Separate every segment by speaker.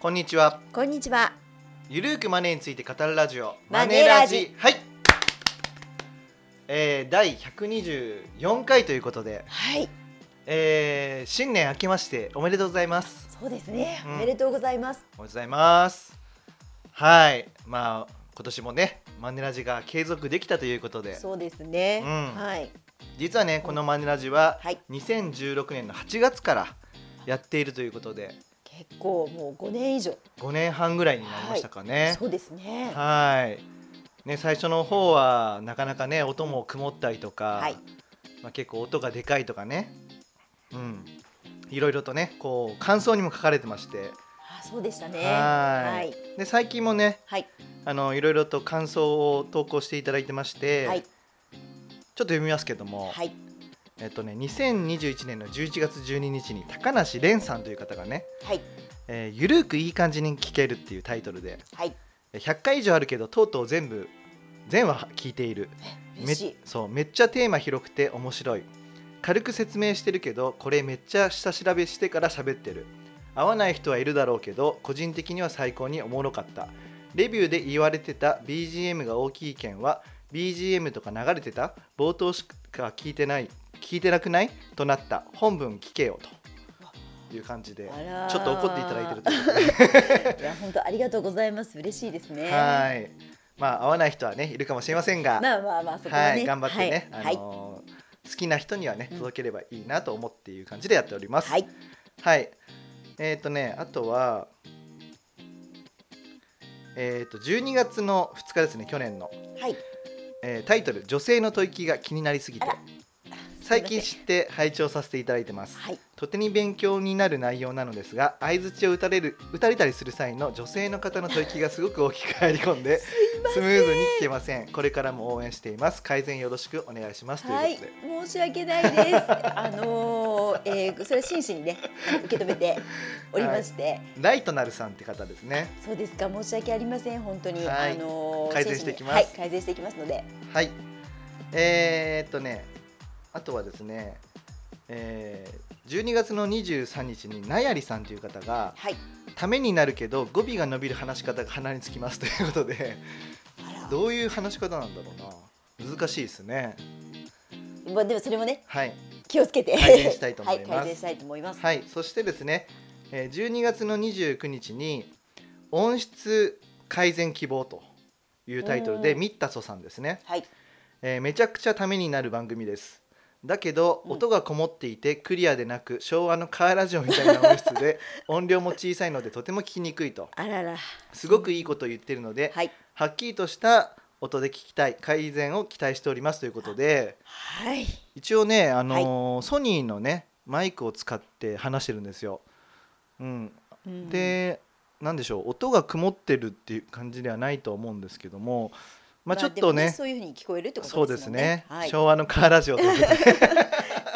Speaker 1: こんにちは
Speaker 2: こんにちは。
Speaker 1: ゆるーくマネーについて語るラジオ
Speaker 2: マネラジ
Speaker 1: はいえー、第124回ということで、
Speaker 2: はい、
Speaker 1: えー、新年明けましておめでとうございます
Speaker 2: そうですね。
Speaker 1: うん
Speaker 2: おめでとうございます。
Speaker 1: おめでとうございますはいまあ今年もねマネラジが継続できたということで
Speaker 2: そうですね。
Speaker 1: うん
Speaker 2: はい。
Speaker 1: 実はねこのマネラジは
Speaker 2: はい。
Speaker 1: 2016年の8月からやっているということで
Speaker 2: 結構もう五年以上。
Speaker 1: 5年半ぐらいになりましたかね
Speaker 2: そうですね。
Speaker 1: はいね最初の方はなかなかね音も曇ったりとか、
Speaker 2: はい
Speaker 1: まあ、結構音がでかいとかねうんいろいろとねこう感想にも書かれてまして
Speaker 2: あ、そうでしたね。
Speaker 1: は
Speaker 2: はいい。
Speaker 1: で最近もね
Speaker 2: はい。
Speaker 1: あのいろいろと感想を投稿していただいてまして、
Speaker 2: はい
Speaker 1: ちょっ。と読みますけども、
Speaker 2: はい。
Speaker 1: えっとね2021年の11月12日に高梨蓮さんという方がね
Speaker 2: はい。
Speaker 1: 「えーゆるーくいい感じに聞ける」っていうタイトルで
Speaker 2: はい。
Speaker 1: 100回以上あるけどとうとう全部全話聞いている
Speaker 2: 嬉しい。
Speaker 1: そうめっちゃテーマ広くて面白い軽く説明してるけどこれめっちゃ下調べしてから喋ってる合わない人はいるだろうけど個人的には最高におもろかったレビューで言われてた BGM が大きい件は BGM とか流れてた冒頭しか聞いてない聞いてなくないとなった本文聞けよという感じで
Speaker 2: あらー
Speaker 1: ちょっと怒っていただいてるということで
Speaker 2: いや、本当ありがとうございます。嬉しいですね。
Speaker 1: はいまあ合わない人はねいるかもしれませんが、
Speaker 2: まあまあまあ、そこは
Speaker 1: は
Speaker 2: ね。
Speaker 1: い、頑張ってね、
Speaker 2: はい。
Speaker 1: あ
Speaker 2: はい
Speaker 1: のー好きな人にはね
Speaker 2: うん
Speaker 1: 届ければいいなと思っていう感じでやっております。
Speaker 2: はい。
Speaker 1: はいえっ、とねあとはえっ、と12月の2日ですね去年の、
Speaker 2: はい。
Speaker 1: えータイトル「女性の吐息が気になりすぎて
Speaker 2: あら」
Speaker 1: 最近知って拝聴させていただいてます。
Speaker 2: はい。
Speaker 1: とてに勉強になる内容なのですが相槌を打たれる打たれたりする際の女性の方の吐息がすごく大きく入り込んでスムーズに聞けませんこれからも応援しています改善よろしくお願いしますと
Speaker 2: は
Speaker 1: いう
Speaker 2: い
Speaker 1: ことで、、
Speaker 2: 申し訳ないです。あのー、えー、それは真摯にね、受け止めておりまして。
Speaker 1: ライトナルさんって方ですね
Speaker 2: そうですか、申し訳ありません、本当に、
Speaker 1: はい
Speaker 2: あのー
Speaker 1: 改善していきます
Speaker 2: 真摯にはい、改善していきますので、
Speaker 1: はいえー、っとねあとはですねえー12月の23日になやりさんという方が
Speaker 2: はい。
Speaker 1: ためになるけど語尾が伸びる話し方が鼻につきますということで
Speaker 2: あ
Speaker 1: どういう話し方なんだろうな難しいですね
Speaker 2: ら、まあ、でも、それもね、
Speaker 1: はい
Speaker 2: 気をつけて。
Speaker 1: 改善したいと思います
Speaker 2: はい、改善したいと思います。
Speaker 1: はい、そしてですね、えー12月の29日に音質改善希望というタイトルで
Speaker 2: おー
Speaker 1: ミッタソさんですね、
Speaker 2: はい、
Speaker 1: えーめちゃくちゃためになる番組ですだけど
Speaker 2: うん
Speaker 1: 音がこもっていてクリアでなく昭和のカーラジオみたいな音質 で音量も小さいのでとても聞きにくいと
Speaker 2: あらら、
Speaker 1: すごくいいことを言ってるので、
Speaker 2: はい、
Speaker 1: はっきりとした音で聞きたい改善を期待しておりますということで
Speaker 2: はい、
Speaker 1: 一応ね、あのーソニーのねマイクを使って話してるんですよ。うん、
Speaker 2: うん、
Speaker 1: で、なんでしょう音が曇ってるっていう感じではないと思うんですけども、まあ、ちょっ
Speaker 2: でも
Speaker 1: とね,、
Speaker 2: そういうふうに聞こえるってこ
Speaker 1: そう
Speaker 2: と
Speaker 1: で
Speaker 2: ですすもんね
Speaker 1: ね。、
Speaker 2: はい、
Speaker 1: 昭和のカーラジオということで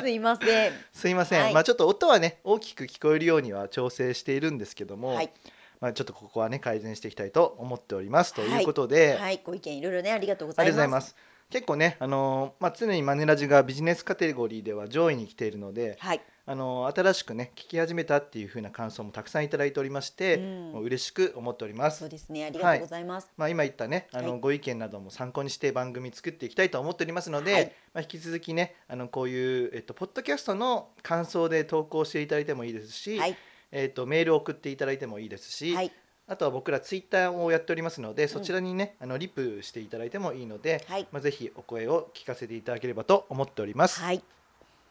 Speaker 2: すいません。
Speaker 1: すいません、
Speaker 2: はい
Speaker 1: まあ、ちょっと音はね大きく聞こえるようには調整しているんですけども、
Speaker 2: はい、
Speaker 1: まあ、ちょっとここはね改善していきたいと思っておりますということで、
Speaker 2: はい、ご意見いろいろね、ありがとうご
Speaker 1: あ
Speaker 2: ざ
Speaker 1: りがとうご
Speaker 2: い
Speaker 1: ざい
Speaker 2: ま。
Speaker 1: ますす。結構ね、あのーまあ、常にマネラジがビジネスカテゴリーでは上位に来ているので、
Speaker 2: はい、
Speaker 1: あのー新しくね聞き始めたっていう風な感想もたくさんいただいておりまして、
Speaker 2: うん
Speaker 1: もう嬉しく思っておりま
Speaker 2: そ
Speaker 1: す
Speaker 2: う。ですね、ありがとうございます。
Speaker 1: まあ、今言ったねあの、
Speaker 2: はい
Speaker 1: ご意見なども参考にして番組作っていきたいと思っておりますので、
Speaker 2: はい
Speaker 1: まあ、引き続きねあのこういう、えっと、ポッドキャストの感想で投稿していただいてもいいですし、
Speaker 2: はい、
Speaker 1: えっと、メールを送っていただいてもいいですし、
Speaker 2: はい、
Speaker 1: あとは僕らツイッターをやっておりますのでそちらにね、あのリプしていただいてもいいので、
Speaker 2: はい
Speaker 1: まあ、ぜひお声を聞かせていただければと思っております。はい、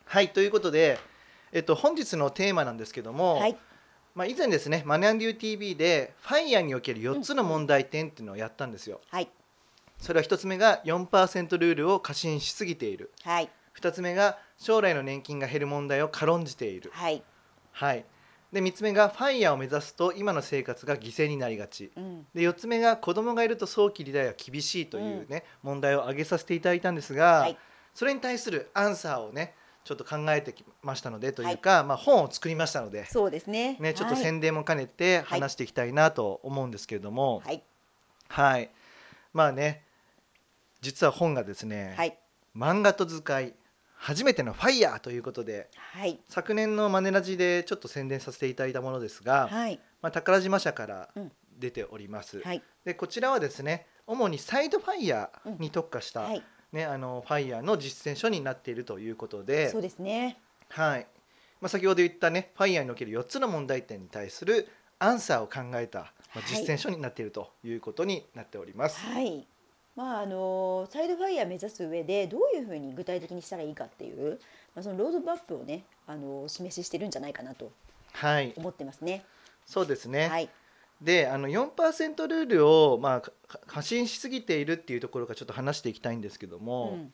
Speaker 2: はい、
Speaker 1: ということで、えっと、本日のテーマなんですけども、
Speaker 2: はい、
Speaker 1: まあ、以前ですね「マネアンデュー TV」でファイヤーにおける4つの問題点っていうのをやったんですよ。
Speaker 2: はい、
Speaker 1: それは1つ目が4%ルールを過信しすぎている
Speaker 2: はい、
Speaker 1: 2つ目が将来の年金が減る問題を軽んじている、
Speaker 2: はい、
Speaker 1: はい、で3つ目がファイヤーを目指すと今の生活が犠牲になりがち
Speaker 2: うん、
Speaker 1: で4つ目が子供がいると早期離脱が厳しいというね、問題を挙げさせていただいたんですが、
Speaker 2: はい
Speaker 1: それに対するアンサーをねちょっと考えてきましたのでというか、まあ、本を作りましたので、
Speaker 2: そうですね。
Speaker 1: ね、ちょっと
Speaker 2: はい、
Speaker 1: 宣伝も兼ねて話していきたいなと思うんですけれども、
Speaker 2: はい、
Speaker 1: はい、まあね実は本がですね、
Speaker 2: はい、
Speaker 1: 漫画と図解初めてのファイヤーということで
Speaker 2: はい、
Speaker 1: 昨年のマネラジでちょっと宣伝させていただいたものですが、
Speaker 2: はい、
Speaker 1: まあ、宝島社から
Speaker 2: うん
Speaker 1: 出ております、
Speaker 2: はい
Speaker 1: でこちらはですね主にサイドファイヤーに特化した、
Speaker 2: はい
Speaker 1: ね、あのファイヤーの実践書になっているということで
Speaker 2: そうですね
Speaker 1: はいまあ、先ほど言ったねファイヤーにおける4つの問題点に対するアンサーを考えた、まあ
Speaker 2: はい、
Speaker 1: 実践書になっているということになっております。
Speaker 2: はいまああのサイドファイヤー目指す上でどういうふうに具体的にしたらいいかっていう、まあ、そのロードマップをねあのお示ししてるんじゃないかなと
Speaker 1: はい、
Speaker 2: 思ってますね。
Speaker 1: そうですね、
Speaker 2: はい
Speaker 1: であの4%ルールを、まあ、か過信しすぎているっていうところからちょっと話していきたいんですけど
Speaker 2: う
Speaker 1: も、
Speaker 2: ん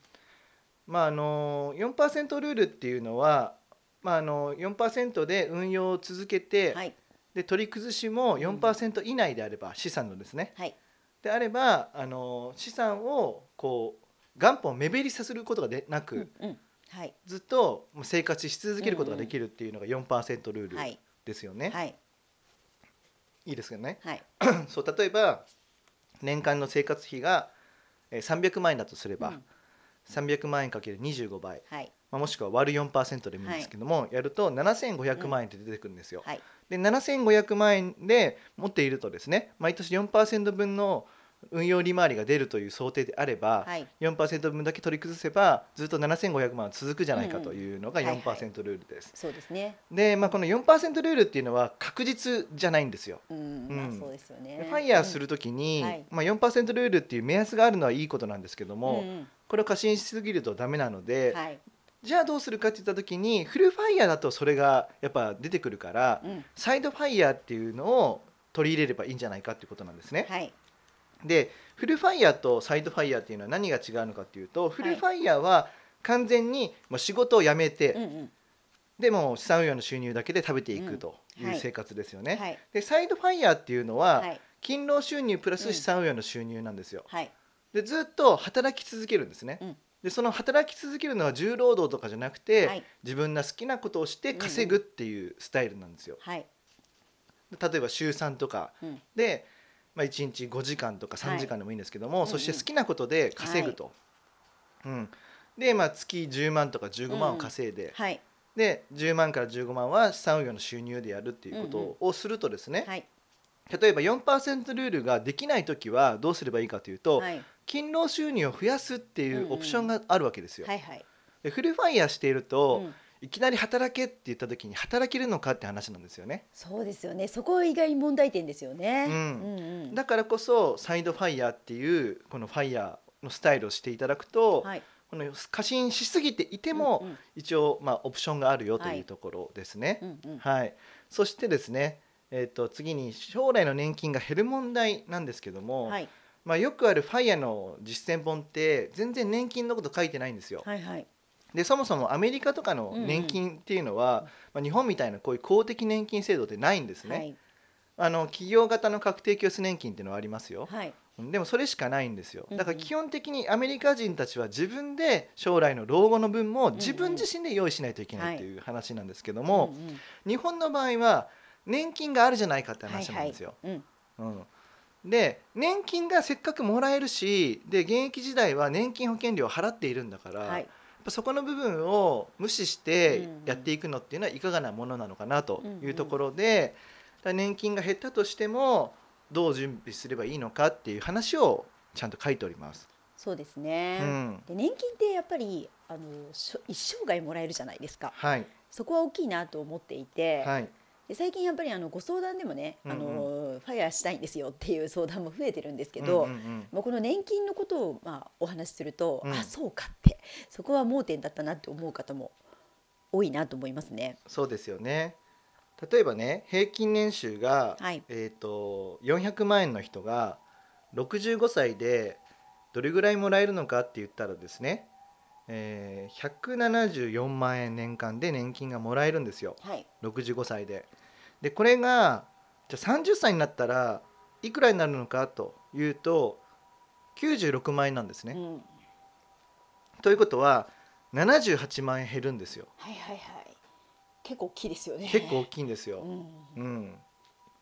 Speaker 1: まあ、あの4%ルールっていうのは、まあ、あの4%で運用を続けて、
Speaker 2: はい
Speaker 1: で取り崩しも4%以内であれば、資産のですね
Speaker 2: はい
Speaker 1: であればあの資産をこう元本を目減りさせることがでなく、
Speaker 2: うんうんはい
Speaker 1: ずっとまあ生活し続けることができるっていうのが4%ルー
Speaker 2: は
Speaker 1: ル
Speaker 2: い
Speaker 1: ですよね。
Speaker 2: はい
Speaker 1: い、いですけどね。
Speaker 2: はい
Speaker 1: そう例えば年間の生活費がえー300万円だとすれば、
Speaker 2: うん
Speaker 1: 300万円かける25倍、
Speaker 2: はい
Speaker 1: まあ、もしくは割る4%でもいいんですけども、やると7500万円って出てくるんですよ。
Speaker 2: はい
Speaker 1: で7500万円で持っているとですね毎年4%分の運用利回りが出るという想定であれば、
Speaker 2: はい
Speaker 1: 4%分だけ取り崩せばずっと7500万は続くじゃないかというのが
Speaker 2: うんうんはいはい
Speaker 1: 4%ルールです。
Speaker 2: そうですね。
Speaker 1: で、まあ、この4%ルールっていうのは確実じゃないんですよ。
Speaker 2: うん、
Speaker 1: うん
Speaker 2: まあそうですよ
Speaker 1: で
Speaker 2: ね。
Speaker 1: ファイヤーするときに、
Speaker 2: うんはい
Speaker 1: まあ、4%ルールっていう目安があるのはいいことなんですけど
Speaker 2: うん
Speaker 1: も、
Speaker 2: うん
Speaker 1: これを過信しすぎるとダメなの
Speaker 2: う
Speaker 1: で、
Speaker 2: んはい、
Speaker 1: じゃあどうするかって言ったときにフルファイヤーだとそれがやっぱ出てくるから、
Speaker 2: うん、
Speaker 1: サイドファイヤーっていうのを取り入れればいいんじゃないかっていうことなんですね。
Speaker 2: はい、
Speaker 1: でフルファイヤーとサイドファイヤーっていうのは何が違うのかっていうとフルファイヤーは完全にもう仕事を辞めて、
Speaker 2: うんうん、
Speaker 1: でもう資産運用の収入だけで食べていくとい
Speaker 2: うんは
Speaker 1: う
Speaker 2: い
Speaker 1: 生活ですよね。
Speaker 2: はい、
Speaker 1: でサイドファイヤーっていうの
Speaker 2: は、
Speaker 1: はい勤労収入プラ
Speaker 2: う
Speaker 1: ス
Speaker 2: ん
Speaker 1: 資産運用の収入なんですよ。
Speaker 2: はい、
Speaker 1: でずっと働き続けるんですね。
Speaker 2: うん
Speaker 1: でその働き続けるのは重労働とかじゃなくて、
Speaker 2: はい
Speaker 1: 自分が好きなことをして稼ぐっていうスタイルなんですよ。
Speaker 2: はい、
Speaker 1: 例えば週3とか
Speaker 2: うん、
Speaker 1: で、まあ、1日5時間とか
Speaker 2: はい
Speaker 1: 3時間でもいいんですけども、
Speaker 2: うんうん
Speaker 1: そして好きなことで稼ぐと、うん、で、まあ、月10万とか15万を稼いで、
Speaker 2: はい、
Speaker 1: で10万から15万は資産運用の収入でやるっていうこ
Speaker 2: うんうん
Speaker 1: とをするとですね、
Speaker 2: はい、
Speaker 1: 例えば4%ルールができない時はどうすればいいかというと、
Speaker 2: はい、
Speaker 1: 勤労収入を増やすってい
Speaker 2: んう
Speaker 1: うんうオプションがあるわけですよ。
Speaker 2: はい、はい、
Speaker 1: でフルファイヤーしていると、
Speaker 2: うん
Speaker 1: いきなり働けって言った時に働けるのかって話なんですよね。
Speaker 2: そうですよね。そこ意外に問題点ですよね。
Speaker 1: うん
Speaker 2: うん、うん、
Speaker 1: だからこそサイドファイヤーっていうこのファイヤーのスタイルをしていただくと、
Speaker 2: はい、
Speaker 1: この過信しすぎていて
Speaker 2: で
Speaker 1: も、
Speaker 2: うん
Speaker 1: 一応まあオプションがあるよと
Speaker 2: はいいう
Speaker 1: ところですね。
Speaker 2: うん、うんうん、
Speaker 1: はい、そしてですね、えー、と次に将来の年金が減る問題なんですけども、
Speaker 2: はい、
Speaker 1: まあ、よくあるファイヤーの実践本って全然年金のこと書いてないんですよ。
Speaker 2: はい、はい、
Speaker 1: でそもそもアメリカとかの年金っていうのは、まあ、日本みたいなこういう公的年金制度ってないんですね。
Speaker 2: はい、
Speaker 1: あの企業型の確定拠出年金っていうのはありますよ。
Speaker 2: はい、
Speaker 1: でもそれしかないんですよ
Speaker 2: うんうん
Speaker 1: だから基本的にアメリカ人たちは自分で将来の老後の分も
Speaker 2: ん
Speaker 1: 自分自身で用意しないといけないっていう話なんですけども、
Speaker 2: うんうん、
Speaker 1: 日本の場合は年金があるじゃないかって話なんですよ。
Speaker 2: はい、はい、うん、
Speaker 1: うん、で年金がせっかくもらえるしで現役時代は年金保険料を払っているんだから、
Speaker 2: は
Speaker 1: やっ
Speaker 2: い、
Speaker 1: ぱそこの部分を無視してやっていくのっていうのはいかがなものなのかなというところで、だから年金が減ったとしてもどう準備すればいいのかっていう話をちゃんと書いております。
Speaker 2: そうです
Speaker 1: う
Speaker 2: ね。
Speaker 1: ん
Speaker 2: で年金ってやっぱりあのしょ一生涯もらえるじゃないですか
Speaker 1: はい、
Speaker 2: そこは大きいなと思っていて、
Speaker 1: はい
Speaker 2: で最近やっぱりあのご相談でもね、
Speaker 1: うんうん
Speaker 2: あのファイアしたいんですよっていう相談も増えてるんですけど、
Speaker 1: うんうんうん
Speaker 2: まあこの年金のことをまあお話しすると、
Speaker 1: うん
Speaker 2: あそうかってそこは盲点だったなって思う方も多いなと思いますね。
Speaker 1: そうですよね例えばね平均年収が、
Speaker 2: はい
Speaker 1: えー、と400万円の人が65歳でどれぐらいもらえるのかって言ったらですね、えー174万円年間で年金がもらえるんですよ
Speaker 2: はい、
Speaker 1: 65歳で。でこれがじゃあ30歳になったらいくらになるのかというと96万円なんです
Speaker 2: う
Speaker 1: ね。
Speaker 2: ん、
Speaker 1: ということは78万円減るんですよ。
Speaker 2: はいはいはい結構大きいですよね。
Speaker 1: 結構大きいんですよ。
Speaker 2: うん
Speaker 1: うん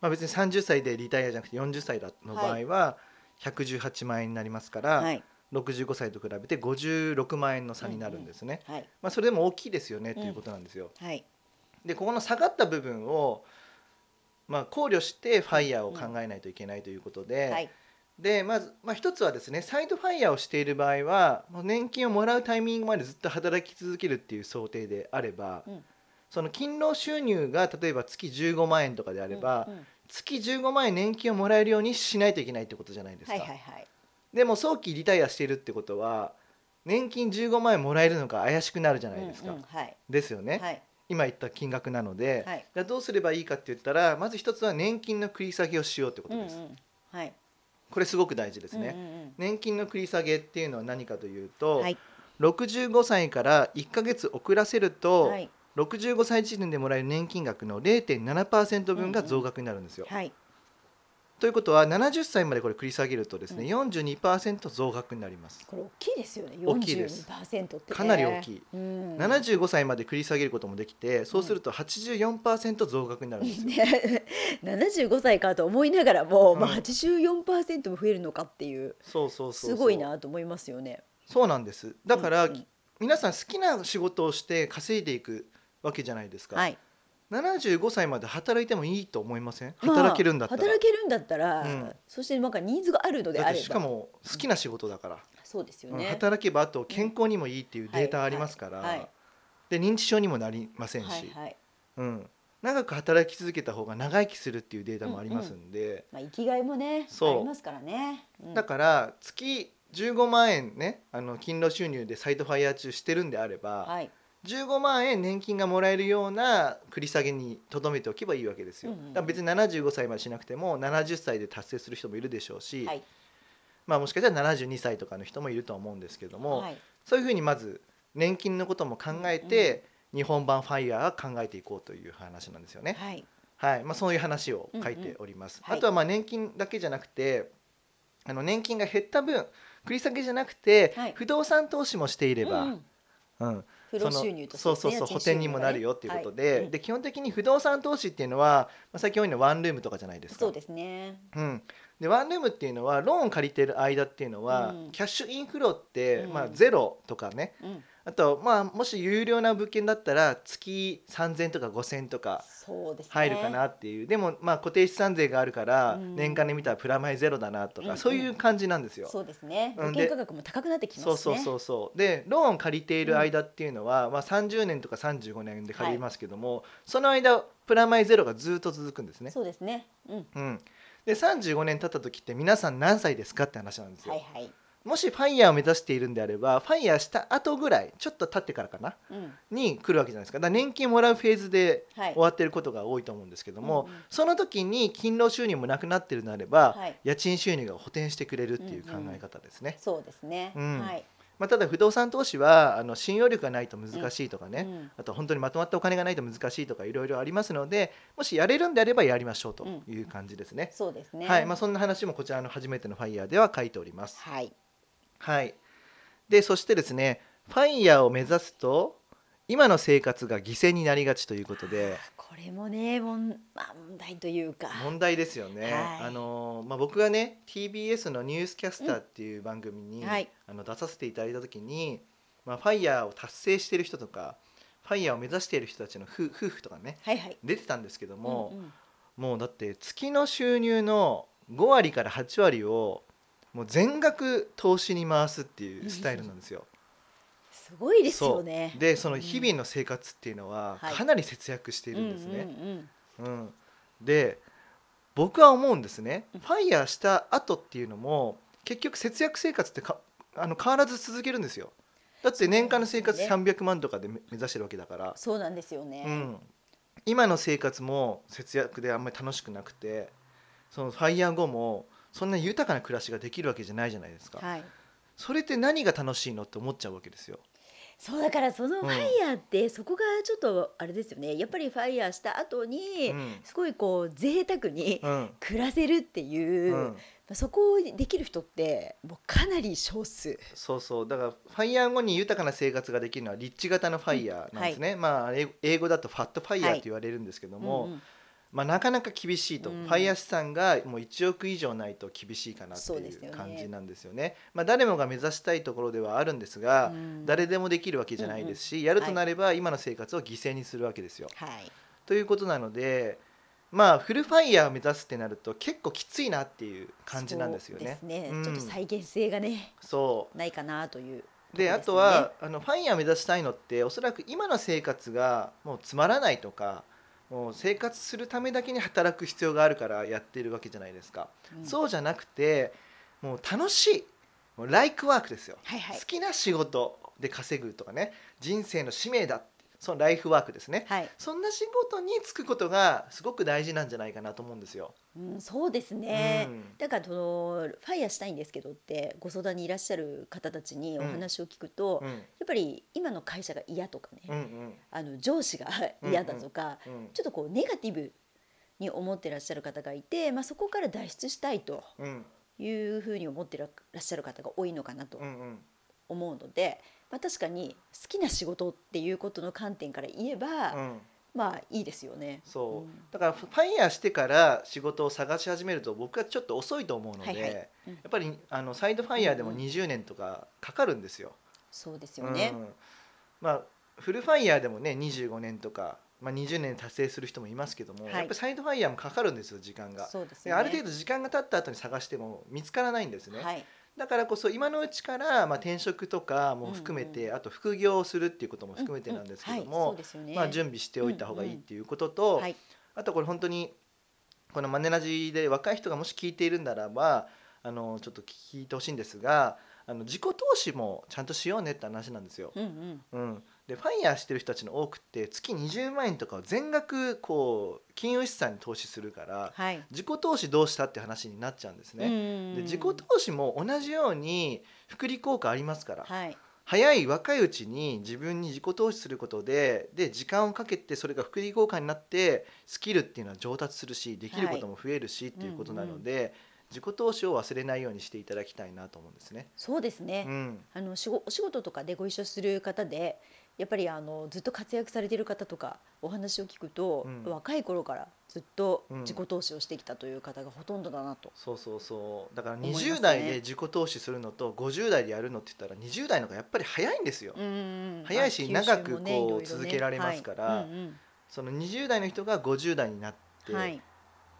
Speaker 1: まあ、別に30歳でリタイアじゃなくて40歳だの場合は118万円になりますから、
Speaker 2: はい
Speaker 1: 65歳と比べて56万円の差になるんですね、
Speaker 2: はい
Speaker 1: まあ、それでも大きいですよねということなんですよ。
Speaker 2: はい
Speaker 1: でここの下がった部分を、まあ、考慮してファイヤーを考えないといけないということで、
Speaker 2: はい、
Speaker 1: でまず、まあ、一つはですねサイドファイヤーをしている場合はもう年金をもらうタイミングまでずっと働き続けるっていう想定であれば、
Speaker 2: うん
Speaker 1: その勤労収入が例えば月15万円とかであれば、
Speaker 2: うんうん
Speaker 1: 月15万円年金をもらえるようにしないといけないってことじゃないですか、
Speaker 2: はいはいはい
Speaker 1: でも早期リタイアしているってことは年金15万円もらえるのか怪しくなるじゃないですか、
Speaker 2: うんうんはい
Speaker 1: ですよね、
Speaker 2: はい
Speaker 1: 今言った金額なので、
Speaker 2: はい
Speaker 1: じゃあどうすればいいかって言ったらまず一つは年金の繰り下げをしようってこ
Speaker 2: う
Speaker 1: と
Speaker 2: んう
Speaker 1: です、
Speaker 2: んはい
Speaker 1: これすごく大事ですね、
Speaker 2: うんうん
Speaker 1: 年金の繰り下げっていうのは何かというと、
Speaker 2: うんはい
Speaker 1: 65歳から1ヶ月遅らせると、
Speaker 2: はい
Speaker 1: 65歳時点でもらえる年金額の0.7%分が増額になるんですよ。
Speaker 2: はい
Speaker 1: ということは70歳までこれ繰り下げるとですね、42%増額になります。
Speaker 2: これ大きいですよね
Speaker 1: 大きいです
Speaker 2: 42%ってね
Speaker 1: かなり大きい、
Speaker 2: うん、
Speaker 1: 75歳まで繰り下げることもできてそうすると84%増額になるんですよ。
Speaker 2: ね、75歳かと思いながらも、まあ、
Speaker 1: うん
Speaker 2: 84%も増えるのかっていう
Speaker 1: そうそうそうそう
Speaker 2: すごいなと思いますよね。
Speaker 1: そうなんですだから、
Speaker 2: うんうん
Speaker 1: 皆さん好きな仕事をして稼いでいくわけじゃないですか、
Speaker 2: はい、
Speaker 1: 75歳まで働いてもいいと思いません働けるんだったら、
Speaker 2: まあ働けるんだったら、
Speaker 1: うん
Speaker 2: そしてなんかニーズがあるので
Speaker 1: だ
Speaker 2: あ
Speaker 1: っ
Speaker 2: れ
Speaker 1: てし
Speaker 2: ば
Speaker 1: かも好きな仕事だから、
Speaker 2: そうですよ
Speaker 1: うん
Speaker 2: ね。
Speaker 1: 働けばあと健康にもいいっていうデータありますから、
Speaker 2: はいはい
Speaker 1: で認知症にもなりませんし、
Speaker 2: はいはい
Speaker 1: うん、長く働き続けた方が長生きするっていうデータもありますんで、
Speaker 2: まあ、生きがいもね
Speaker 1: そう
Speaker 2: ありますからね。うん
Speaker 1: だから月15万円ねあの勤労収入でサイトファイヤー中してるんであれば、
Speaker 2: はい
Speaker 1: 15万円年金がもらえるような繰り下げにとどめておけばいいわけですよ。
Speaker 2: うんうんうん
Speaker 1: だから別に75歳までしなくても70歳で達成する人もいるでしょうし、
Speaker 2: はい
Speaker 1: まあ、もしかしたら72歳とかの人もいるとは思うんですけども、
Speaker 2: はい
Speaker 1: そういうふうにまず年金のことも考えて、日本版ファイヤーは考えていこうという話なんですよね。
Speaker 2: はい
Speaker 1: はいまあ、そういう話を書いております。
Speaker 2: うんうんはい
Speaker 1: あとはまあ年金だけじゃなくてあの年金が減った分繰り下げじゃなくて、
Speaker 2: はい
Speaker 1: 不動産投資もしていれば、
Speaker 2: うんうん
Speaker 1: うん、
Speaker 2: 不労収入として
Speaker 1: その
Speaker 2: ね
Speaker 1: そうそうそう
Speaker 2: 家
Speaker 1: 補
Speaker 2: 賃収
Speaker 1: 填
Speaker 2: 入
Speaker 1: にもなるよっていうことで,、
Speaker 2: がねはいうん
Speaker 1: で基本的に不動産投資っていうのは、まあ、最近多いのはワンルームとかじゃないですか
Speaker 2: そうですね。
Speaker 1: うん、でワンルームっていうのはローン借りてる間っていうのは、
Speaker 2: うん
Speaker 1: キャッシュインフローって、
Speaker 2: うん
Speaker 1: まあ、ゼロとかね
Speaker 2: うん、
Speaker 1: あと、まあ、もし有料な物件だったら月3,000とか5,000とか
Speaker 2: そうですね。
Speaker 1: 入るかなっていうでも、まあ、固定資産税があるから、
Speaker 2: うん
Speaker 1: 年間で見たらプラマイゼロだなとか、
Speaker 2: うんうん
Speaker 1: そういう感じなんですよ。
Speaker 2: そうですね。
Speaker 1: うん
Speaker 2: 保
Speaker 1: で
Speaker 2: 険価格も高くなってきますね。
Speaker 1: そうそうそうそうでローン借りている間っていうのは、まあ、30年とか35年で借りますけども、その間プラマイゼロがずっと続くんですね。
Speaker 2: そうですね。うん。
Speaker 1: うん、で35年経った時って皆さん何歳ですかって話なんですよ、
Speaker 2: はいはい。
Speaker 1: もしファイヤーを目指しているんであればファイヤーした後ぐらいちょっと経ってからかな
Speaker 2: うん。
Speaker 1: に来るわけじゃないですかだから年金もらうフェーズで
Speaker 2: はい。
Speaker 1: 終わってることが多いと思うんですけども、
Speaker 2: うんうん
Speaker 1: その時に勤労収入もなくなってるのであれば、
Speaker 2: はい
Speaker 1: 家賃収入が補填してくれるっていう考え方ですね、
Speaker 2: そうですね。
Speaker 1: うん
Speaker 2: はい。
Speaker 1: まあ、ただ不動産投資はあの信用力がないと難しいとかね、
Speaker 2: うん
Speaker 1: あと本当にまとまったお金がないと難しいとかいろいろありますのでもしやれるんであればやりましょうという感じですね。
Speaker 2: そうですね。
Speaker 1: はいまあ、そんな話もこちらの初めてのファイヤーでは書いております。
Speaker 2: はい。
Speaker 1: はい、でそしてですねファイヤーを目指すと今の生活が犠牲になりがちということで
Speaker 2: これもね、もん、まあ、問題というか。
Speaker 1: 問題ですよね。
Speaker 2: はい
Speaker 1: あのまあ、僕がね TBS の「ニュースキャスター」っていう番組に、
Speaker 2: うんはい
Speaker 1: あの出させていただいた時に、まあ、ファイヤーを達成している人とかファイヤーを目指している人たちの夫夫婦とかね
Speaker 2: はいはい。
Speaker 1: 出てたんですけども、
Speaker 2: んん
Speaker 1: もうだって月の収入の5割から8割をもう全額投資に回すっていうスタイルなんですよ。
Speaker 2: すごいですよね
Speaker 1: そう。でその日々の生活っていうのは
Speaker 2: はい
Speaker 1: かなり節約してい
Speaker 2: うん
Speaker 1: るんですね。
Speaker 2: うんうん
Speaker 1: うん、で僕は思うんですねファイヤーした後っていうのも結局節約生活ってかあの変わらず続けるんですよだって年間の生活
Speaker 2: そうです
Speaker 1: 300
Speaker 2: よ
Speaker 1: 万とかでめ目指してるわけだから、
Speaker 2: そうなんですよね。
Speaker 1: うん、今の生活も節約であんまり楽しくなくてそのファイヤー後もそんな豊かな暮らしができるわけじゃないじゃないですか、
Speaker 2: はい。
Speaker 1: それって何が楽しいのって思っちゃうわけですよ
Speaker 2: そうだからその
Speaker 1: うん
Speaker 2: ファイヤーってそこがちょっとあれですよね。やっぱりファイヤーした後に
Speaker 1: うん
Speaker 2: すごいこう贅沢に
Speaker 1: うん、
Speaker 2: 暮らせるっていうう、
Speaker 1: ん
Speaker 2: ま、あそこをできる人ってもうかなり少数。
Speaker 1: そうそうだからファイヤー後に豊かな生活ができるのはリッチ型のファイヤーなんですね、まあ英語英語だとファットファイヤーと言われるんですけども、
Speaker 2: うんうん
Speaker 1: まあ、なかなか厳しいと、
Speaker 2: うん
Speaker 1: ファイヤー資産がもう1億以上ないと厳しいかなって
Speaker 2: そう
Speaker 1: い
Speaker 2: ですよ
Speaker 1: う
Speaker 2: ね
Speaker 1: 感じなんですよね。まあ、誰もが目指したいところではあるんですが、
Speaker 2: うん
Speaker 1: 誰でもできるわけじゃないですし、やるとなれば今の生活を犠牲にするわけですよ。
Speaker 2: はい。
Speaker 1: ということなのでまあフルファイヤーを目指すってなると結構きついなっていう感じなんですよね
Speaker 2: そう。ですね
Speaker 1: うん
Speaker 2: ちょっと再現性がね
Speaker 1: そう
Speaker 2: ないかなというこ
Speaker 1: で
Speaker 2: ですね
Speaker 1: あとはあのファイヤー目指したいのっておそらく今の生活がもうつまらないとかもう生活するためだけに働く必要があるからやってるわけじゃないですか、
Speaker 2: うん
Speaker 1: そうじゃなくてもう楽しいもうライクワークですよ、
Speaker 2: はいはい
Speaker 1: 好きな仕事で稼ぐとかね人生の使命だそのライフワークですね
Speaker 2: はい、
Speaker 1: そんな仕事に就くことがすごく大事なんじゃないかなと思うんですよ。
Speaker 2: うん、そうですね、
Speaker 1: うん
Speaker 2: だからそのファイヤーしたいんですけどってご相談にいらっしゃる方たちにお話を聞くと、
Speaker 1: う
Speaker 2: や
Speaker 1: ん
Speaker 2: っぱり今の会社が嫌とかね、
Speaker 1: うんうん
Speaker 2: あの上司が嫌だとか、
Speaker 1: うん
Speaker 2: ちょっとこうネガティブに思ってらっしゃる方がいて、まあ、そこから脱出したいと
Speaker 1: うん
Speaker 2: いうふうに思ってらっしゃる方が多いのかなと
Speaker 1: うんうん
Speaker 2: 思うので、まあ、確かに好きな仕事っていうことの観点から言えば、
Speaker 1: うん
Speaker 2: まあいいですよね。
Speaker 1: そう、
Speaker 2: うん
Speaker 1: だからファイヤーしてから仕事を探し始めると僕はちょっと遅いと思うので、
Speaker 2: はいはいうん
Speaker 1: やっぱりあのサイドファイヤーでも
Speaker 2: うんうん
Speaker 1: 20年とかかかるんですよ。
Speaker 2: そうですよね
Speaker 1: う。んまあフルファイヤーでもね25年とか、まあ、20年達成する人もいますけども、
Speaker 2: はい
Speaker 1: やっぱりサイドファイヤーもかかるんですよ時間が。
Speaker 2: そうです
Speaker 1: で
Speaker 2: よね。
Speaker 1: ある程度時間が経った後に探しても見つからないんですね、
Speaker 2: はい。
Speaker 1: だからこそ今のうちから、まあ、転職とかも含めて、
Speaker 2: うん
Speaker 1: あと副業をするっていうことも含めてなんですけども、
Speaker 2: うんうんはいそうですよね。
Speaker 1: まあ、準備しておいた方がいいっていうことと、
Speaker 2: はい。
Speaker 1: あとこれ本当にこのマネラジーで若い人がもし聞いているならばあのちょっと聞いてほしいんですがあの自己投資もちゃんとしようねって話なんですよ。
Speaker 2: うんうん。
Speaker 1: うん、でファイヤーしてる人たちの多くって月20万円とかを全額こう金融資産に投資するから
Speaker 2: はい。
Speaker 1: 自己投資どうしたって話になっちゃうんですね。
Speaker 2: ね
Speaker 1: で自己投資も同じように福利効果ありますから、
Speaker 2: はい。
Speaker 1: 早い若いうちに自分に自己投資することでで時間をかけてそれが福利交換になってスキルっていうのは上達するしできることも増えるしっていうことなので、自己投資を忘れないようにしていただきたいなと思うんですね。
Speaker 2: そうですね。
Speaker 1: うん、
Speaker 2: あの仕事お仕事とかでご一緒する方でやっぱりあのずっと活躍されている方とかお話を聞くと、
Speaker 1: うん
Speaker 2: 若い頃からずっと
Speaker 1: うん
Speaker 2: 自己投資をしてきたという方がほとんどだなと、
Speaker 1: そうそうそうだから
Speaker 2: 思いますね
Speaker 1: 20代で自己投資するのと50代でやるのって言ったら20代の方がやっぱり早いんですよ。早いし
Speaker 2: まあ吸収
Speaker 1: 長く
Speaker 2: も
Speaker 1: こう
Speaker 2: いろいろ
Speaker 1: 続けられますから
Speaker 2: はいうんうん
Speaker 1: その20代の人が50代になって、
Speaker 2: はい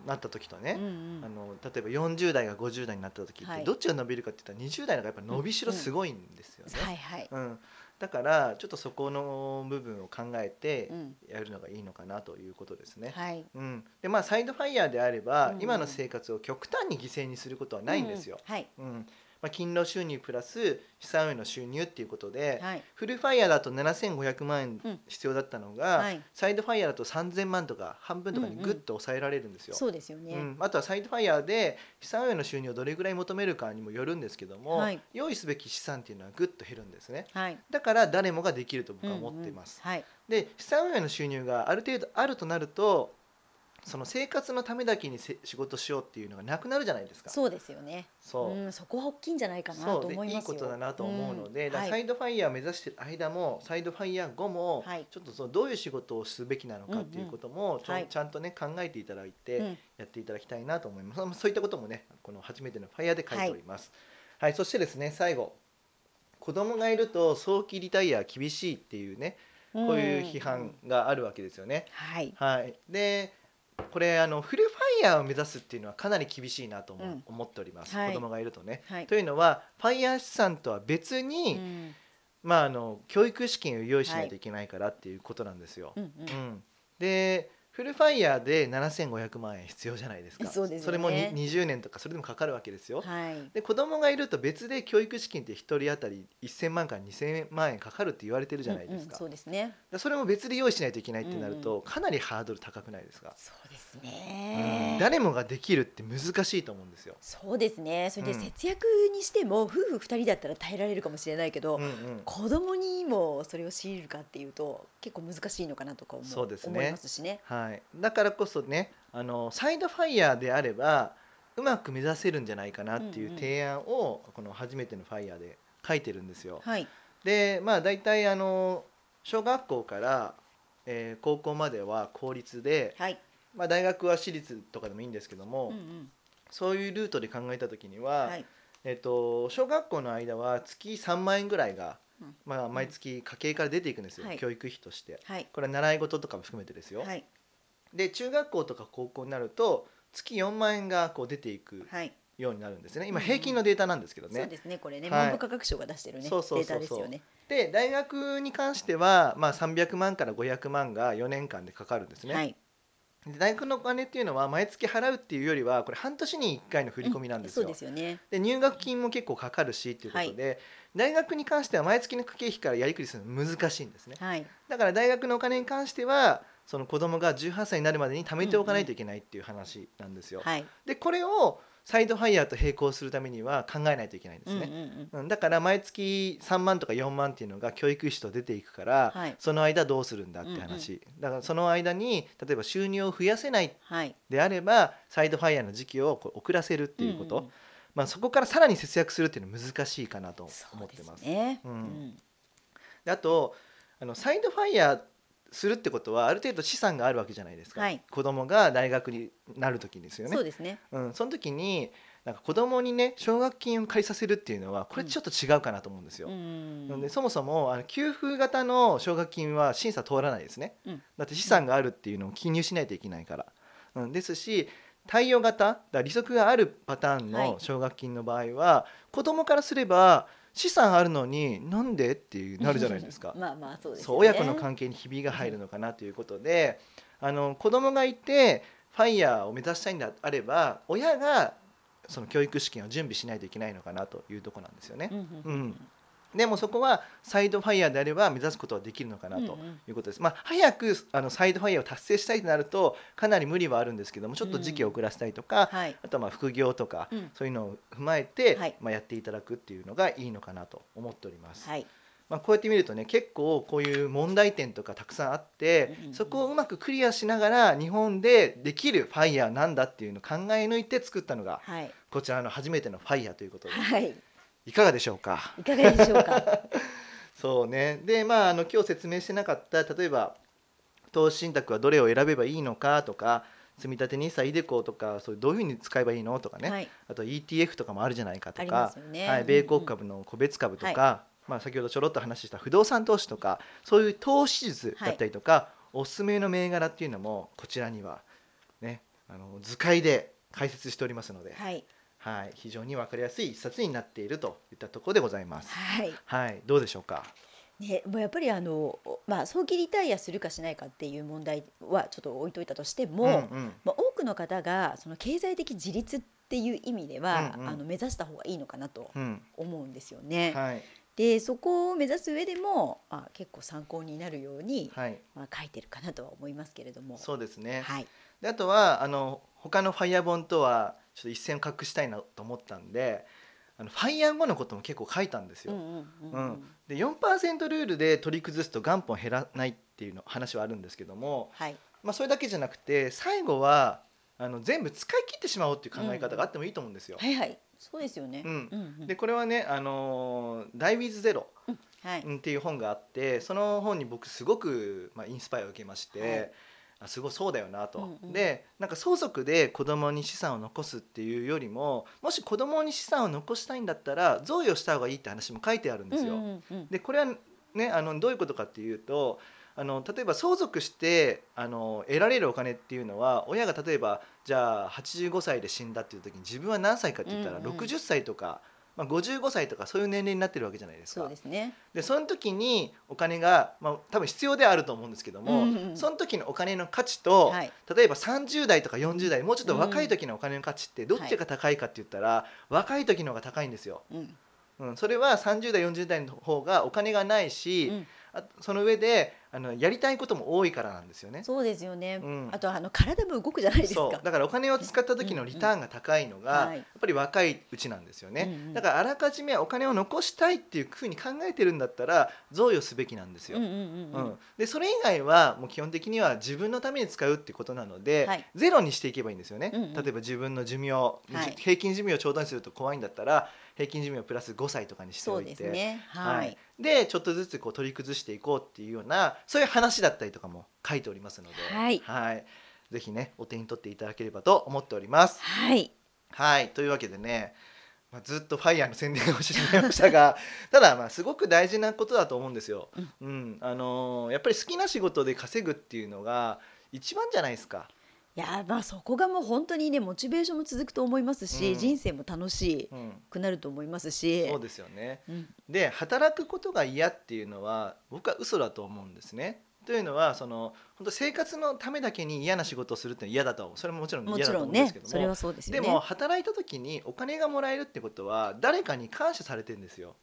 Speaker 1: なった時と
Speaker 2: う
Speaker 1: ね、
Speaker 2: んう
Speaker 1: あ
Speaker 2: ん
Speaker 1: の例えば40代が50代になった時っ
Speaker 2: は
Speaker 1: て
Speaker 2: い
Speaker 1: どっちが伸びるかって言ったら20代の方がやっぱ伸びしろすごいんですよね。
Speaker 2: はいはい、
Speaker 1: うん、だからちょっとそこの部分を考えて
Speaker 2: うん
Speaker 1: やるのがいいのかなということですね。
Speaker 2: はい、
Speaker 1: うん、でまあサイドファイヤーであれば、
Speaker 2: うん
Speaker 1: 今の生活を極端に犠牲にすることはないんですよ。
Speaker 2: うんはい
Speaker 1: うんまあ、勤労収入プラス資産への収入っていうことで、
Speaker 2: はい
Speaker 1: フルファイヤーだと7500万
Speaker 2: うん
Speaker 1: 円必要だったのが、
Speaker 2: はい
Speaker 1: サイドファイヤーだと3000万とか半分とかに
Speaker 2: うんうん
Speaker 1: グッと抑えられるんですよ。
Speaker 2: そうですよね、
Speaker 1: うん、あとはサイドファイヤーで資産への収入をどれぐらい求めるかにもよるんですけども、
Speaker 2: はい
Speaker 1: 用意すべき資産っていうのはぐっと減るんですね
Speaker 2: はい
Speaker 1: だから誰もができると僕は思っています、、
Speaker 2: うんうんはい
Speaker 1: で資産への収入がある程度あるとなるとその生活のためだけにせ仕事しようっていうのがなくなるじゃないですか
Speaker 2: そうですよね
Speaker 1: そう
Speaker 2: うん、そこは大きいんじゃないかなと
Speaker 1: そう
Speaker 2: 思います
Speaker 1: で
Speaker 2: よ
Speaker 1: いいことだなと思うので、
Speaker 2: ん
Speaker 1: だからサ
Speaker 2: はい
Speaker 1: イドファイヤーを目指してる間もサイドファイヤー後も、
Speaker 2: はい
Speaker 1: ちょっとそのどういう仕事をすべきなのかっていうこともちょ、
Speaker 2: うんうんはい
Speaker 1: ちゃんとね考えていただいて、
Speaker 2: うん
Speaker 1: やっていただきたいなと思います。まあそういったこともね、この初めてのファイヤーで書いております。はい、そしてですね、最後。子供がいると早期リタイア厳しいっていうね、こういう批判があるわけですよね。
Speaker 2: はい
Speaker 1: はい、で、これあのフルファイヤーを目指すっていうのはかなり厳しいなと思,、
Speaker 2: うん
Speaker 1: 思っております。
Speaker 2: はい
Speaker 1: 子供がいるとね。
Speaker 2: はい
Speaker 1: というのはファイヤー資産とは別に、
Speaker 2: うん
Speaker 1: まああの教育資金を用意しないといけないからっていうことなんですよ。
Speaker 2: うんうん
Speaker 1: うん、でフルファイヤーで7500万円必要じゃないですか
Speaker 2: そうですよ
Speaker 1: れ
Speaker 2: ね
Speaker 1: もに20年とかそれでもかかるわけですよ、
Speaker 2: はい
Speaker 1: で子供がいると別で教育資金って1人当たり1000万から2000万円かかるって言われてるじゃないです
Speaker 2: うんうん
Speaker 1: か、
Speaker 2: そうですね。
Speaker 1: でそれも別で用意しないといけないってなると、
Speaker 2: う
Speaker 1: かなりハードル高くないですか、
Speaker 2: そうです
Speaker 1: うん
Speaker 2: ね。
Speaker 1: 誰もができるって難しいと思うんですよ、
Speaker 2: そうですね。それで
Speaker 1: うん
Speaker 2: 節約にしても、夫婦二人だったら耐えられるかもしれないけど、
Speaker 1: うんうん
Speaker 2: 子供にもそれを強いるかっていうと結構難しいのかなとか思う
Speaker 1: そうですね
Speaker 2: 思いますしね。
Speaker 1: はい、だからこそねあのサイドファイヤーであればうまく目指せるんじゃないかなっていう提案を、この初めてのファイヤーで書いてるんですよ、
Speaker 2: はい
Speaker 1: でまあ大体あの小学校から、えー高校までは公立で、
Speaker 2: はい。
Speaker 1: まあ、大学は私立とかでもいいんですけども、
Speaker 2: うんうん
Speaker 1: そういうルートで考えた時には、
Speaker 2: はい
Speaker 1: えっと小学校の間は月3万円ぐらいが、
Speaker 2: うん
Speaker 1: まあ、毎月家計から出ていくんですよ、
Speaker 2: はい
Speaker 1: 教育費として。
Speaker 2: はい
Speaker 1: これは習い事とかも含めてですよ。
Speaker 2: はい
Speaker 1: で中学校とか高校になると月4万円がこう出ていく
Speaker 2: はい、
Speaker 1: ようになるんですね今
Speaker 2: うんうん
Speaker 1: 平均のデータなんですけど
Speaker 2: そう
Speaker 1: ね。
Speaker 2: ですねこれね、
Speaker 1: はい
Speaker 2: 文部科学省が出してるね
Speaker 1: そうそう
Speaker 2: デー
Speaker 1: そうそう
Speaker 2: タですよね
Speaker 1: で大学に関しては、まあ、300万から500万が4年間でかかるんですね。
Speaker 2: はい
Speaker 1: で大学のお金っていうのは毎月払うっていうよりはこれ半年に1回の振り込みなんですよ。
Speaker 2: そうですよね
Speaker 1: で入学金も結構かかるしっていうことで、大学に関しては毎月の家計費からやりくりするの難しいんですね
Speaker 2: はい
Speaker 1: だから大学のお金に関してはその子供が18歳になるまでに貯めておかないといけないっていう話なんですよ、
Speaker 2: はい、
Speaker 1: でこれをサイドファイヤーと並行するためには考えないといけないんで
Speaker 2: うん
Speaker 1: す
Speaker 2: うんう
Speaker 1: ね、
Speaker 2: ん、
Speaker 1: うんだから毎月3万とか4万っていうのが教育費と出ていくから、
Speaker 2: はい
Speaker 1: その間どうするんだって話、だからその間に例えば収入を増やせない
Speaker 2: はい
Speaker 1: であればサイドファイヤーの時期をこう遅らせるっていうこと、
Speaker 2: んんん
Speaker 1: まあ、そこからさらに節約するっていうのは難しいかなと
Speaker 2: そ
Speaker 1: 思っ
Speaker 2: うで
Speaker 1: て
Speaker 2: す
Speaker 1: ます。で
Speaker 2: ね、
Speaker 1: うん
Speaker 2: うん
Speaker 1: あとあのサイドファイヤーするってことはある程度資産があるわけじゃないですか、
Speaker 2: はい
Speaker 1: 子供が大学になる時ですよね
Speaker 2: そうですね
Speaker 1: うん、その時になんか子供にね奨学金を借りさせるっていうのはこれちょっと違うかなと思うんですよ。
Speaker 2: うん
Speaker 1: なんでそもそもあの給付型の奨学金は審査通らないですね、
Speaker 2: うん
Speaker 1: だって資産があるっていうのを記入しないといけないから、うん、ですし貸与型だから利息があるパターン
Speaker 2: はい
Speaker 1: の奨学金の場合は、子供からすれば資産あるのになんでっていうなるじゃないですか
Speaker 2: まあまあそうですよね
Speaker 1: そう親子の関係にひびが入るのかなということで、あの子供がいてファイヤーを目指したいんであれば親がその教育資金を準備しないといけないのかなというところなんですよね。
Speaker 2: うん
Speaker 1: うんでもそこはサイドファイヤーであれば目指すことはできるのかなと
Speaker 2: うんうん
Speaker 1: いうことです。まあ、早くあのサイドファイヤーを達成したいとなるとかなり無理はあるんですけどもちょっと時期を遅らせたりとか、
Speaker 2: はい
Speaker 1: あとはまあ副業とか、
Speaker 2: うん
Speaker 1: そういうのを踏まえて、
Speaker 2: はい
Speaker 1: まあ、やっていただくっていうのがいいのかなと思っております。
Speaker 2: はい
Speaker 1: まあ、こうやって見るとね結構こういう問題点とかたくさんあって
Speaker 2: うんうんうん
Speaker 1: そこをうまくクリアしながら日本でできるファイヤーなんだっていうのを考え抜いて作ったのが
Speaker 2: はい
Speaker 1: こちらの初めてのファイヤーということで
Speaker 2: はい
Speaker 1: いかがでしょうか
Speaker 2: いかがでしょうか
Speaker 1: そうねでまああの今日説明してなかった例えば投資信託はどれを選べばいいのかとか積み立て NISA イデコとかそういうどういうふうに使えばいいのと かね、
Speaker 2: はい
Speaker 1: あと ETF とかもあるじゃないかと
Speaker 2: ありま
Speaker 1: か
Speaker 2: す、よね、
Speaker 1: はい、米国株の個別株とか、まあ、先ほどちょろっと話した不動産投資とかそういう投資術だったりとか、おすすめの銘柄っていうのもこちらには、ね、あの図解で解説しておりますので、
Speaker 2: うんうんはい
Speaker 1: はい、非常に分かりやすい一冊になっているといったところでございます。
Speaker 2: はい
Speaker 1: はい、どうでしょうか。
Speaker 2: ね、もうやっぱりあの、まあ、早期リタイアするかしないかっていう問題はちょっと置いといたとしても、
Speaker 1: うんうん
Speaker 2: まあ、多くの方がその経済的自立っていう意味では、
Speaker 1: うんうん
Speaker 2: あの目指した方がいいのかなと
Speaker 1: うん、
Speaker 2: 思うんですよね。
Speaker 1: はい、
Speaker 2: でそこを目指す上でも、まあ、結構参考になるように、
Speaker 1: はい、
Speaker 2: まあ、書いてるかなとは思いますけれども。
Speaker 1: そうですね。
Speaker 2: はい、
Speaker 1: であとはあの他のファイヤー本とはちょっと一線を画したいなと思ったんで、あのファイヤー後のことも結構書いたんですよ。
Speaker 2: うんうんうんう
Speaker 1: うんで4%ルールで取り崩すと元本減らないっていうの話はあるんですけども、
Speaker 2: はい
Speaker 1: まあ、それだけじゃなくて最後はあの全部使い切ってしまおうっていう考え方があってもいいと思うんですよ。
Speaker 2: はいはいそうですよね。
Speaker 1: うん
Speaker 2: うん
Speaker 1: でこれはね「あのーダイ・ウィズ・ゼロ
Speaker 2: うんはい」
Speaker 1: っていう本があってその本に僕すごく、まあ、インスパイアを受けまして、
Speaker 2: はい
Speaker 1: あすごいそうだよなと。
Speaker 2: うんうん
Speaker 1: でなんか相続で子供に資産を残すっていうよりももし子供に資産を残したいんだったら贈与した方がいいって話も書いてあるんですよ。
Speaker 2: うんうんうん
Speaker 1: でこれはねあのどういうことかっていうとあの例えば相続してあの得られるお金っていうのは親が例えばじゃあ85歳で死んだっていう時に自分は何歳かって言ったら
Speaker 2: うんうん
Speaker 1: 60歳とか、まあ、55歳とかそういう年齢になってるわけじゃないです
Speaker 2: そ
Speaker 1: か。
Speaker 2: うですね。
Speaker 1: でその時にお金が、まあ、多分必要ではあると思うんですけども、
Speaker 2: うんうん
Speaker 1: その時のお金の価値と、
Speaker 2: はい
Speaker 1: 例えば30代とか40代もうちょっと若い時のお金の価値ってどっちが高いかって言ったら、若い時の方が高いんですよ。
Speaker 2: うん
Speaker 1: うん、それは30代40代の方がお金がないし、
Speaker 2: うん
Speaker 1: あその上であのやりたいことも多いからなんですよね。
Speaker 2: そうですよね。
Speaker 1: うん
Speaker 2: あとあの体も動くじゃないですか。
Speaker 1: そうだからお金を使った時のリターンが高いのが、
Speaker 2: はい
Speaker 1: やっぱり若いうちなんですよね、
Speaker 2: うんうん
Speaker 1: だからあらかじめお金を残したいっていうふうに考えてるんだったら贈与すべきなんですよ。
Speaker 2: うんうんうんうん
Speaker 1: うんでそれ以外はもう基本的には自分のために使うってことなので、
Speaker 2: はい
Speaker 1: ゼロにしていけばいいんですよね、
Speaker 2: うんうん
Speaker 1: 例えば自分の寿命、
Speaker 2: い
Speaker 1: 平均寿命を長短にすると怖いんだったら平均寿命をプラス5歳とかにして
Speaker 2: そ
Speaker 1: お
Speaker 2: う
Speaker 1: いて
Speaker 2: ですね。は
Speaker 1: はいい。、でちょっとずつこう取り崩していこうっていうようなそういう話だったりとかも書いておりますので、
Speaker 2: はい
Speaker 1: ぜひねお手に取っていただければと思っております。
Speaker 2: はい。
Speaker 1: はいというわけでね、まあ、ずっとファイヤーの宣伝をしてしまいましたが ただまあすごく大事なことだと思うんですよ。うんあのーやっぱり好きな仕事で稼ぐっていうのが一番じゃないですか、
Speaker 2: いやまあそこがもう本当にねモチベーションも続くと思いますし、
Speaker 1: うん
Speaker 2: 人生も楽し
Speaker 1: うん、
Speaker 2: くなると思いますし
Speaker 1: そうですよね
Speaker 2: うん
Speaker 1: で働くことが嫌っていうのは僕は嘘だと思うんですねというのはその本当生活のためだけに嫌な仕事をするっていうのは嫌だとそれももちろん
Speaker 2: も
Speaker 1: 嫌
Speaker 2: ち
Speaker 1: だと
Speaker 2: ろ
Speaker 1: 思うん
Speaker 2: ん
Speaker 1: です
Speaker 2: ね
Speaker 1: けども
Speaker 2: それはそうですよ
Speaker 1: で
Speaker 2: ね
Speaker 1: も働いた時にお金がもらえるってことは誰かに感謝されてるんですよ、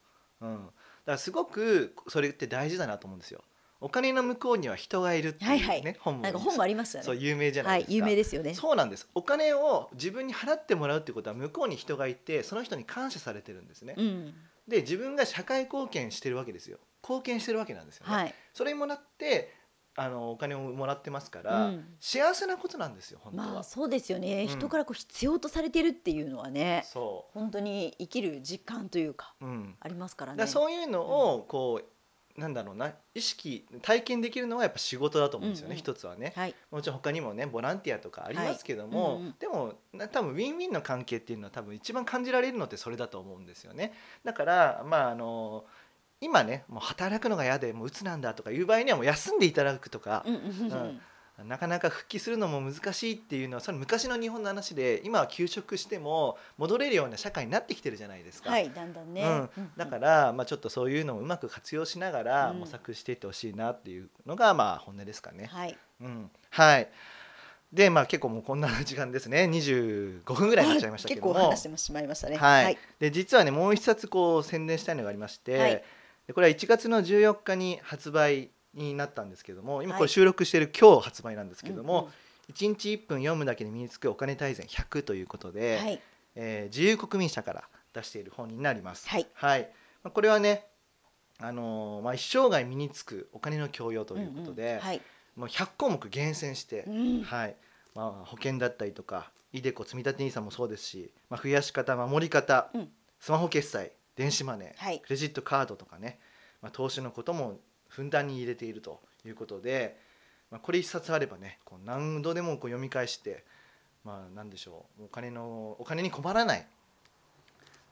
Speaker 1: うん、だからすごくそれって大事だなと思うんですよお金の向こうには人がいるっていうね、
Speaker 2: はいはい
Speaker 1: 本も
Speaker 2: なんか本もありますよ
Speaker 1: そう
Speaker 2: ね
Speaker 1: 有名じゃな
Speaker 2: はい
Speaker 1: で
Speaker 2: い
Speaker 1: すか、
Speaker 2: 有名ですよね
Speaker 1: そうなんですお金を自分に払ってもらうってことは向こうに人がいてその人に感謝されてるんですね、
Speaker 2: うん
Speaker 1: で自分が社会貢献してるわけですよ貢献してるわけなんですよね、
Speaker 2: はい
Speaker 1: それにもらってあのお金をもらってますから、
Speaker 2: うん
Speaker 1: 幸せなことなんですよ本当は、
Speaker 2: まあそうですよね
Speaker 1: うん
Speaker 2: 人からこう必要とされてるっていうのはね
Speaker 1: そ
Speaker 2: 本当に生きる実感というか
Speaker 1: ううん
Speaker 2: ありますか
Speaker 1: だ
Speaker 2: らね
Speaker 1: からそういうのをこうなんだろうな意識体験できるのはやっぱ仕事だと思うんですよね、
Speaker 2: うんうん
Speaker 1: 一つはね
Speaker 2: はい
Speaker 1: もちろん他にもねボランティアとかありますけども、
Speaker 2: はいうんうん
Speaker 1: でもな多分ウィンウィンの関係っていうのは多分一番感じられるのってそれだと思うんですよねだからまああの今ねもう働くのが嫌でもう鬱なんだとかいう場合にはもう休んでいただくとか
Speaker 2: う、んうんうんうん
Speaker 1: なかなか復帰するのも難しいっていうのはそれ昔の日本の話で今は休職しても戻れるような社会になってきてるじゃないですか。
Speaker 2: はいだんだんね
Speaker 1: うん
Speaker 2: うんうん
Speaker 1: だから、まあ、ちょっとそういうのをうまく活用しながら
Speaker 2: うん
Speaker 1: 模索していってほしいなっていうのが、まあ、本音ですかね。
Speaker 2: はい
Speaker 1: うん、はいで、まあ、結構もうこんな時間ですね25分ぐらいになっちゃいましたけ
Speaker 2: 結
Speaker 1: ども
Speaker 2: 構話してしまいましたね
Speaker 1: はいで実はねもう一冊こう宣伝したいのがありまして、
Speaker 2: はい
Speaker 1: でこれは1月の14日に発売になったんですけども今こ
Speaker 2: は
Speaker 1: れ
Speaker 2: い
Speaker 1: 収録している今日発売なんですけども、
Speaker 2: うんうん
Speaker 1: 1日1分読むだけで身につくお金大全100ということで、
Speaker 2: はい
Speaker 1: えー自由国民社から出している本になります。
Speaker 2: はい
Speaker 1: まあ、これはね、あのーまあ、一生涯身につくお金の教養ということで、
Speaker 2: んんはい
Speaker 1: もう100項目厳選して、
Speaker 2: うん
Speaker 1: はいまあ、保険だったりとか iDeCo 積立 NISA もそうですし、まあ、増やし方守り方、
Speaker 2: うん
Speaker 1: スマホ決済電子マネー、
Speaker 2: はい
Speaker 1: クレジットカードとかね、まあ、投資のこともふんだんに入れているということで、まあ、これ一冊あればねこう何度でもこう読み返して、まあ、何でしょうお金のお金に困らない、ね、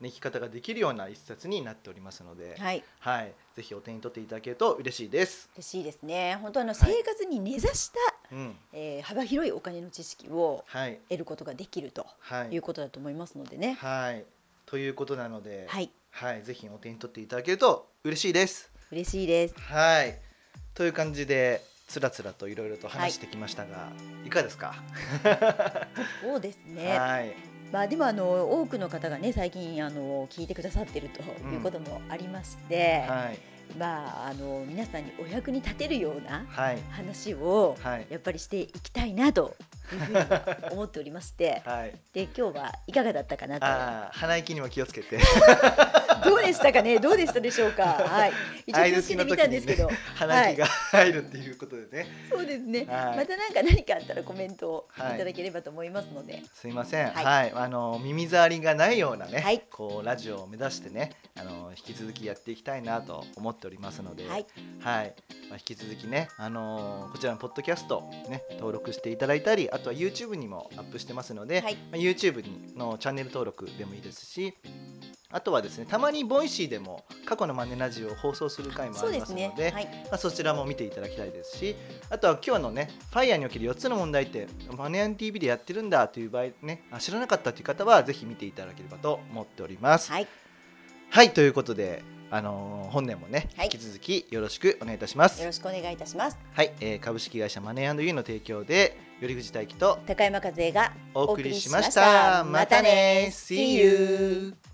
Speaker 1: 生き方ができるような一冊になっておりますので、はい
Speaker 2: はい
Speaker 1: ぜひお手に取っていただけると嬉しいです。
Speaker 2: 嬉しいですね本当あ
Speaker 1: は
Speaker 2: の
Speaker 1: い
Speaker 2: 生活に根ざした、
Speaker 1: うん
Speaker 2: えー幅広いお金の知識を
Speaker 1: はい
Speaker 2: 得ることができると
Speaker 1: はい
Speaker 2: いうことだと思いますのでね
Speaker 1: はい、ということなので、
Speaker 2: はい
Speaker 1: はい、ぜひお手に取っていただけると嬉しいです。
Speaker 2: 嬉しいです
Speaker 1: はい、という感じで、つらつらといろいろと話してきましたが、い、かがですか。
Speaker 2: そうですね
Speaker 1: はい、
Speaker 2: まあでもあの多くの方がね最近あの聞いてくださってるということもありまして、
Speaker 1: はい、
Speaker 2: まああの皆さんにお役に立てるような
Speaker 1: はい、
Speaker 2: 話を
Speaker 1: はい、
Speaker 2: やっぱりしていきたいなというふうに は思っておりまして
Speaker 1: はい、
Speaker 2: で今日はいかがだったかなと
Speaker 1: ああ、鼻息にも気をつけ て。
Speaker 2: どうでしたかね、どうでしたでしょうか。 はい、一応気をつけてみたんですけど、
Speaker 1: 相槌の時にね鼻息が入るっていうことでね、
Speaker 2: そうですね。
Speaker 1: はい
Speaker 2: またなんか何かあったらコメントを
Speaker 1: はい
Speaker 2: いただければと思いますので、
Speaker 1: すいません、は、
Speaker 2: はいい
Speaker 1: あの耳障りがないようなね、
Speaker 2: はい
Speaker 1: こうラジオを目指してね、あの引き続きやっていきたいなと思っておりますので、
Speaker 2: はい、
Speaker 1: はい、まあ、引き続きね、あのーこちらのポッドキャスト、ね、登録していただいたりあとは YouTube にもアップしてますので、
Speaker 2: はい
Speaker 1: まあ、YouTube のチャンネル登録でもいいですしあとはですねたまにボイシーでも過去のマネラジオを放送する回も
Speaker 2: そ
Speaker 1: あ
Speaker 2: う
Speaker 1: り
Speaker 2: で
Speaker 1: ます
Speaker 2: す
Speaker 1: の
Speaker 2: ね
Speaker 1: で。
Speaker 2: はい、
Speaker 1: まあ、そちらも見ていただきたいですしあとは今日のね「ファイヤーにおける4つの問題ってマネアン TV でやってるんだという場合ねあ知らなかったという方はぜひ見ていただければと思っております。
Speaker 2: はい、
Speaker 1: はいということで、あのー本年もね、
Speaker 2: はい
Speaker 1: 引き続きよろしくお願いいたします
Speaker 2: よ。ろしくお願いいたします。
Speaker 1: はい、えー株式会社マネーユーの提供で頼口大輝と
Speaker 2: 高山和恵が
Speaker 1: お送りしました。またね See you!